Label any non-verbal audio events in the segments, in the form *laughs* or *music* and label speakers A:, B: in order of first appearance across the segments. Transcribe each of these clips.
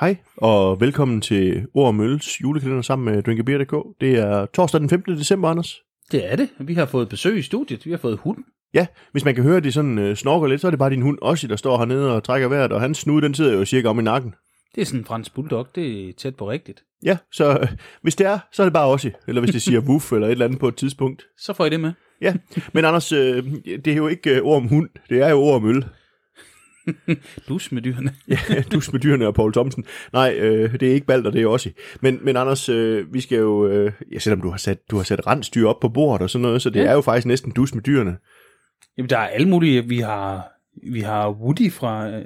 A: Hej, og velkommen til Ord og Mølles julekalender sammen med drinkabeer.dk. Det er torsdag den 15. december, Anders.
B: Det er det. Vi har fået besøg i studiet. Vi har fået hund.
A: Ja, hvis man kan høre, at det sådan øh, snorker lidt, så er det bare din hund Ossi, der står hernede og trækker vejret, og hans snude, den sidder jo cirka om i nakken.
B: Det er sådan en fransk bulldog. Det er tæt på rigtigt.
A: Ja, så øh, hvis det er, så er det bare Ossi, eller hvis det siger wuff eller et eller andet på et tidspunkt.
B: Så får I det med.
A: Ja, men Anders, øh, det er jo ikke øh, ord om hund, det er jo ord om øl.
B: Dus med dyrene. *laughs*
A: Ja, *laughs* dus med dyrene og Paul Thomsen. Nej, øh, det er ikke Balder, det er også. Men, men Anders, øh, vi skal jo... Øh, ja, selvom du har sat, du har sat rensdyr op på bordet og sådan noget, så det ja.
B: Ja.
A: er jo faktisk næsten dus med dyrene.
B: Jamen, der er alle mulige. Vi har, vi har Woody fra, øh,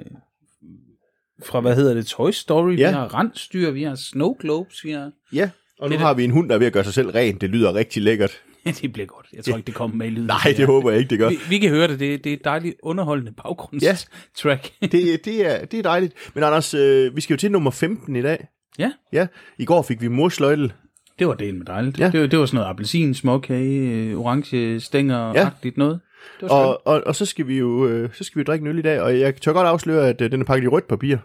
B: fra, hvad hedder det, Toy Story.
A: Ja.
B: Vi har rensdyr, vi har Snow Globes, vi har... *laughs*
A: Ja, og nu
B: Det er
A: har vi en hund, der er ved at gøre sig selv ren. Det lyder rigtig lækkert.
B: Ja, det bliver godt. Jeg tror ikke, det kommer med i lyden.
A: Nej, det håber jeg ikke, det gør.
B: Vi, vi kan høre det. Det, det er et dejligt underholdende *laughs* baggrundstrack. Ja.
A: Det, det, er, det er dejligt. Men Anders, øh, vi skal jo til nummer 15 i dag.
B: ja,
A: Ja, i går fik vi morsløjtel.
B: det var det med dejligt.
A: Ja.
B: Ja. Det, var- det var sådan noget appelsin, småkage, øh, orange stænger-agtigt ja. noget. Det var skønt.
A: Og, og, og, så skal vi jo øh, så skal vi jo drikke en øl i dag. Og jeg tør godt afsløre, at øh, den er pakket i rødt papir.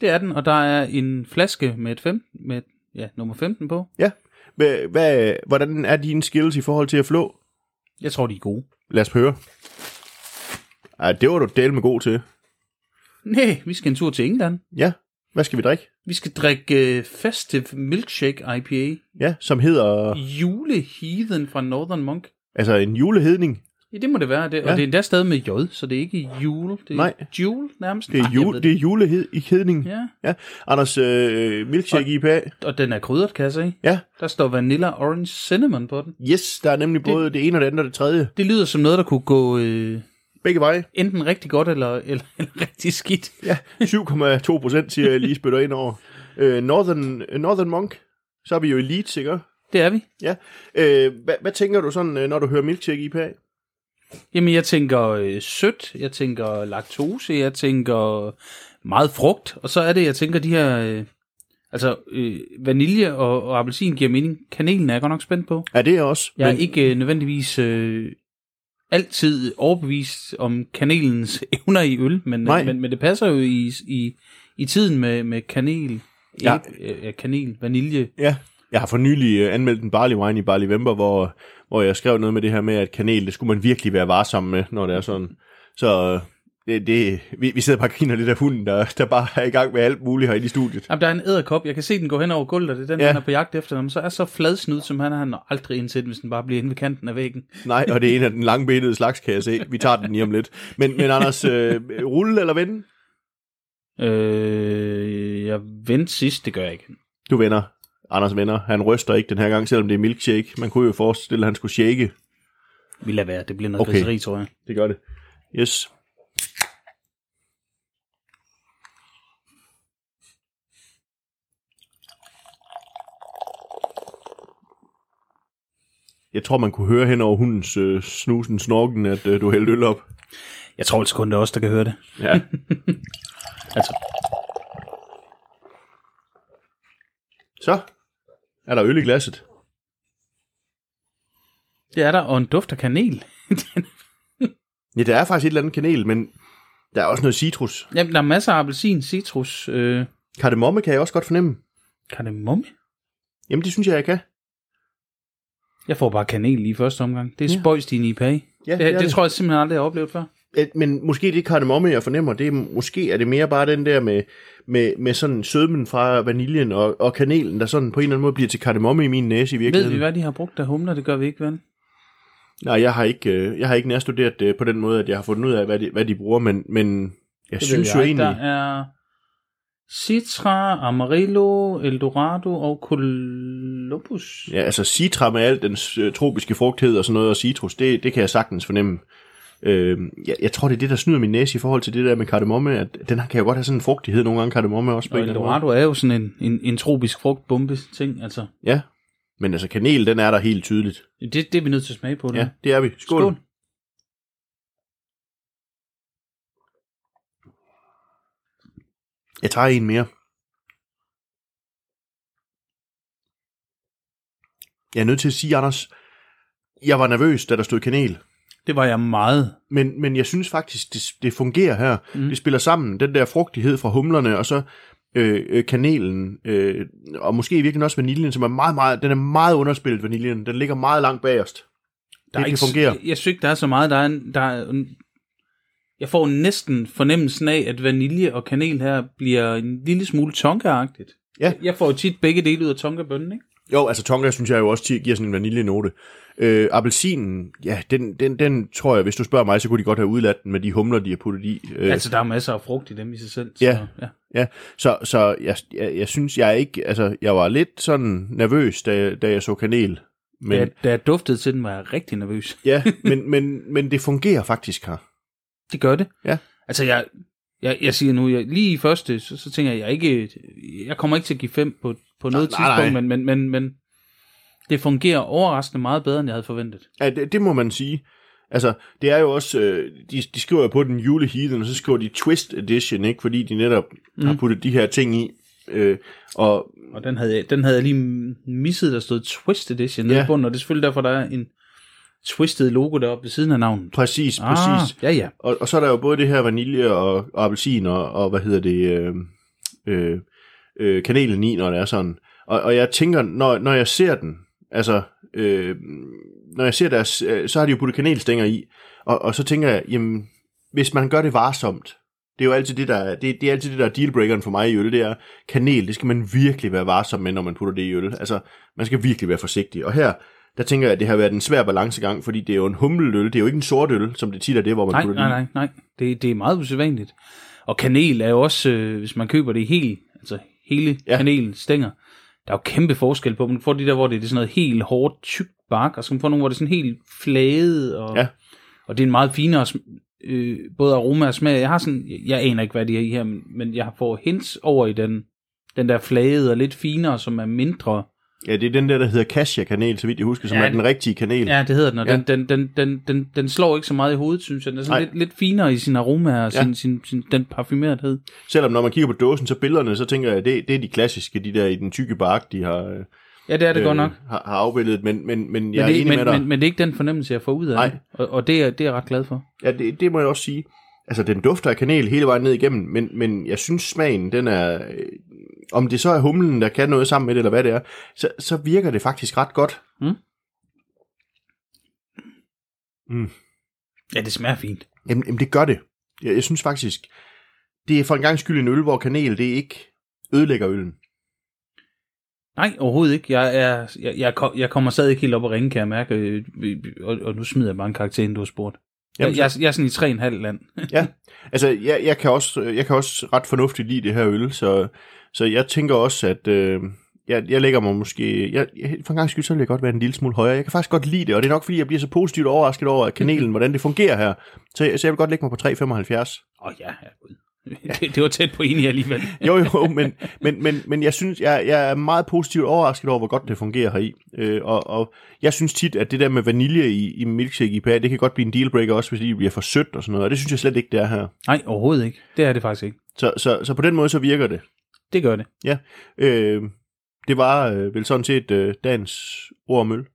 B: Det er den, og der er en flaske med et fem, med et, ja, nummer 15 på.
A: Ja. Hvad, hvad, hvordan er dine skills i forhold til at flå?
B: Jeg tror, de er gode.
A: Lad os høre. Ej, det var du del med god til.
B: Nej, vi skal en tur til England.
A: Ja, hvad skal vi drikke?
B: Vi skal drikke øh, Festive Milkshake IPA.
A: Ja, som hedder...
B: Juleheathen fra Northern Monk.
A: Altså en julehedning.
B: Ja, det må det være. Det, ja.
A: Ja.
B: Og det er endda stadig med J, så det er ikke jule. Det er
A: Nej.
B: jule nærmest.
A: Det er,
B: Nej, Ah, jeg ved
A: jul, det er julehedning.
B: Ja,
A: ja. Anders, øh, milkshake IPA.
B: og den er krydret, kan jeg se.
A: Ja,
B: Der står vanilla orange cinnamon på den.
A: yes, der er nemlig både det, ene og det andet og det tredje.
B: Det lyder som noget, der kunne gå øh,
A: Begge veje.
B: enten rigtig godt eller, eller, eller rigtig skidt.
A: Ja, 7,2 procent, siger jeg lige spytter ind over. Øh, Northern, øh, Northern Monk, så er vi jo elite, sikkert.
B: Det er vi.
A: Ja. Øh, hvad, hvad tænker du sådan, øh, når du hører milkshake IPA?
B: Jamen, jeg tænker øh, sødt, jeg tænker laktose, jeg tænker meget frugt, og så er det, jeg tænker de her... Øh, altså, øh, vanilje og, og appelsin giver mening. Kanelen er jeg godt nok spændt på.
A: Ja, det er jeg også.
B: Jeg er
A: men-
B: ikke øh, nødvendigvis øh, altid overbevist om kanelens *laughs* evner i øl, men, øh,
A: Nej.
B: men, men det passer jo i, i, i tiden med, med kanel,
A: Ja.
B: ja. øh, ja, kanel, vanilje.
A: Ja, jeg har for nylig øh, anmeldt en barley wine i Barley Vember, hvor, hvor jeg skrev noget med det her med, at kanel, det skulle man virkelig være varsom med, når det er sådan. Så øh, det, det, vi, vi sidder bare og griner lidt af hunden, der, der bare er i gang med alt muligt herinde i studiet.
B: Jamen, der er en æderkop, jeg kan se den gå hen over gulvet, og det er den,
A: Ja.
B: ja. han er på jagt efter, når man så er så fladsnud, som han er, han når aldrig indset, hvis den bare bliver inde ved kanten af væggen.
A: Nej, og det er en af den langbenede slags, kan jeg se. Vi tager den lige om lidt. Men, men Anders, øh, rulle eller vende?
B: Øh, jeg vendte sidst, det gør jeg ikke.
A: Du vender. Anders vender. Han ryster ikke den her gang, selvom det er milkshake. Man kunne jo forestille, at han skulle shake.
B: Vi lader være, det bliver noget
A: Okay.
B: okay. griseri, tror jeg.
A: Det gør det. Yes. Jeg tror, man kunne høre hen over hundens øh, snusen, snorken, at øh, du hældte øl op.
B: Jeg tror altså kun, det er os, der kan høre det.
A: Ja.
B: Altså,
A: *laughs* Så er der øl i glasset.
B: det er der, og en duft af kanel.
A: Ja, der er faktisk et eller andet kanel, men der er også noget citrus.
B: Jamen, der er masser af appelsin, citrus, øh,
A: Kardemomme kan jeg også godt fornemme.
B: kardemomme.
A: Jamen, det synes jeg, jeg kan.
B: Jeg får bare kanel lige i første omgang. Det er
A: Ja.
B: ja. spøjst i en IPA. Ja,
A: Ja,
B: det, det, det tror jeg simpelthen aldrig, jeg har oplevet før.
A: Øh, men måske det kardemomme, jeg fornemmer, det er, måske er det mere bare den der med, med, med sådan sødmen fra vaniljen og, og kanelen, der sådan på en eller anden måde bliver til kardemomme i min næse i
B: Ved vi,
A: virkeligheden.
B: hvad de har brugt af humler? Det gør vi ikke, vel?
A: Nej, jeg har ikke, øh, jeg har ikke nærstuderet det på den måde, at jeg har fundet ud af, hvad de, hvad de bruger, men, men jeg
B: Det
A: synes jo
B: ved ikke.
A: egentlig...
B: Der er Citra, Amarillo, Eldorado og Columbus.
A: Ja, altså citra med al den øh, tropiske frugthed og sådan noget, og citrus, det, det kan jeg sagtens fornemme. Øh, jeg, jeg tror, det er det, der snyder min næse i forhold til det der med kardemomme, at den her kan jo godt have sådan en frugtighed nogle gange, kardemomme også. på
B: Og
A: en eller anden måde.
B: Eldorado er jo sådan en, en, en tropisk frugtbombe ting, altså.
A: Ja, men altså kanel, den er der helt tydeligt.
B: Det, det er vi nødt til at smage på. Det.
A: Ja, det er vi. Skål.
B: Skål.
A: Skål. Jeg tager en mere. Jeg er nødt til at sige, Anders, jeg var nervøs, da der stod kanel.
B: Det var jeg meget.
A: Men, men jeg synes faktisk, det, det fungerer her. Mm.
B: Mm.
A: Det spiller sammen, den der frugtighed fra humlerne, og så øh, øh, kanelen, øh, og måske i virkeligheden også vaniljen, som er meget, meget, den er meget underspillet, vaniljen. Den ligger meget langt bagerst.
B: Der
A: det kan fungere.
B: Jeg, jeg synes ikke, der er så meget. Der er, en- der er, en- jeg får næsten fornemmelsen af, at vanilje og kanel her bliver en lille smule tonkaagtigt.
A: Ja.
B: Jeg får jo tit begge dele ud af tonkabønnen, ikke?
A: Jo, altså tonka, synes jeg jo også ti- giver sådan en vaniljenote. Øh, appelsinen, ja, den, den, den tror jeg, hvis du spørger mig, så kunne de godt have udladt den med de humler, de har puttet i. Øh,
B: Øh. Altså, der er masser af frugt i dem i sig selv. Så,
A: Ja.
B: ja.
A: Ja, så, så jeg, jeg, jeg synes, jeg er ikke, altså, jeg var lidt sådan nervøs, da, jeg- da jeg så kanel. Men,
B: Men... Da,
A: ja.
B: da jeg duftede til den, var jeg rigtig nervøs.
A: ja men, men, men det fungerer faktisk her.
B: Det gør det.
A: Ja.
B: Altså, jeg, jeg, jeg siger nu, jeg, lige i første, så, så tænker jeg, jeg, er ikke, jeg kommer ikke til at give fem på, på noget
A: nej,
B: tidspunkt,
A: nej.
B: Men, men, men, men det fungerer overraskende meget bedre, end jeg havde forventet.
A: Ja, det, det må man sige. Altså, det er jo også, øh, de, de skriver jo på den juleheathen, og så skriver de Twist Edition, ikke? Fordi de netop mm. har puttet de her ting i. Øh, og
B: Og den havde, jeg, den havde jeg lige misset, der stod Twist Edition nede
A: Ja.
B: i bunden, og det er selvfølgelig derfor, der er en twisted logo deroppe ved siden af navnet.
A: præcis, præcis.
B: Ah, ja, ja.
A: Og, og så er der jo både det her vanilje og, og appelsin og, og hvad hedder det, øh, øh, øh, kanelen i, når det er sådan. Og, og jeg tænker, når, når jeg ser den, altså, øh, når jeg ser deres, øh, så har de jo puttet kanelstænger i, og, og så tænker jeg, jamen, hvis man gør det varsomt, det er jo altid det, der er, det, det er altid det, der er dealbreakeren for mig i øl, det er kanel, det skal man virkelig være varsom med, når man putter det i øl. Altså, man skal virkelig være forsigtig. Og her, der tænker jeg, at det har været en svær balancegang, fordi det er jo en humleøl, det er jo ikke en sort øl, som det tit er det, hvor man
B: Nej,
A: putter det
B: nej,
A: i.
B: nej, nej. Det, det er meget usædvanligt. Og kanel er jo også, øh, hvis man køber det helt, altså hele
A: Ja.
B: ja. kanelen stænger, der er jo kæmpe forskel på dem. Du får de der, hvor det er sådan noget helt hårdt, tykt bark, og så kan du få nogle, hvor det er sådan helt flade, og,
A: Ja.
B: og det er en meget finere, sm- øh, både aroma og smag. Jeg har sådan, jeg, jeg aner ikke, hvad de er i her, men, men jeg får hints over i den, den der flade og lidt finere, som er mindre.
A: Ja, det er den der, der hedder cassia-kanel, så vidt jeg husker, som
B: Ja,
A: ja, er den rigtige kanel. Ja.
B: Ja, det hedder den, og
A: Ja.
B: ja. den, den, den, den, den, den slår ikke så meget i hovedet, synes jeg. Den er sådan
A: Nej.
B: lidt, lidt finere i sin aroma og
A: Ja.
B: sin, sin, sin, den parfumerethed.
A: Selvom når man kigger på dåsen, så billederne, så tænker jeg, det, det er de klassiske, de der i den tykke bark, de har, øh,
B: Ja, det er det øh, godt nok.
A: har, har afbildet, men, men, men jeg
B: Men
A: er
B: det,
A: enig
B: men,
A: med dig.
B: men, men det er ikke den fornemmelse, jeg får ud af
A: Nej.
B: det. Og, og det, er, det er jeg ret glad for.
A: Ja, det, det må jeg også sige. Altså, den dufter af kanel hele vejen ned igennem, men, men jeg synes, smagen, den er... Øh, om det så er humlen, der kan noget sammen med det, eller hvad det er, så, så virker det faktisk ret godt.
B: Ja, det smager fint.
A: Jamen, jamen det gør det. Jeg, jeg synes faktisk, det er for en gang skyld en øl, hvor kanel, det ikke ødelægger øllen.
B: Nej, overhovedet ikke. Jeg, er, jeg, jeg, kom, jeg kommer stadig ikke helt op og ringe, kan jeg mærke. øh, øh, Og, og nu smider jeg bare en karakter, inden du har spurgt.
A: Jamen,
B: Jamen, jeg, jeg, jeg er sådan i tre og en halv land.
A: Ja, altså jeg, jeg, kan også, jeg kan også ret fornuftigt lide det her øl, så, så jeg tænker også, at øh, jeg, jeg lægger mig måske... Jeg, jeg, for en gang skyld, så vil jeg godt være en lille smule højere. Jeg kan faktisk godt lide det, og det er nok fordi, jeg bliver så positivt overrasket over at kanelen, hvordan det fungerer her. Så, jeg- så jeg vil godt lægge mig på 3,75.
B: Åh oh, ja, ja. gud. *laughs* det, det var tæt på enig alligevel.
A: Jo jo, men, men, men, men jeg synes, jeg, jeg er meget positivt overrasket over, hvor godt det fungerer heri. Øh, og, og jeg synes tit, at det der med vanilje i, i milkshake IPA, det kan godt blive en dealbreaker også, hvis det bliver for sødt og sådan noget, og det synes jeg slet ikke, det er her.
B: Nej, overhovedet ikke. Det er det faktisk ikke.
A: Så, så, så på den måde, så virker det.
B: Det gør det.
A: Ja, øh, det var øh, vel sådan set øh, dagens ord om øl.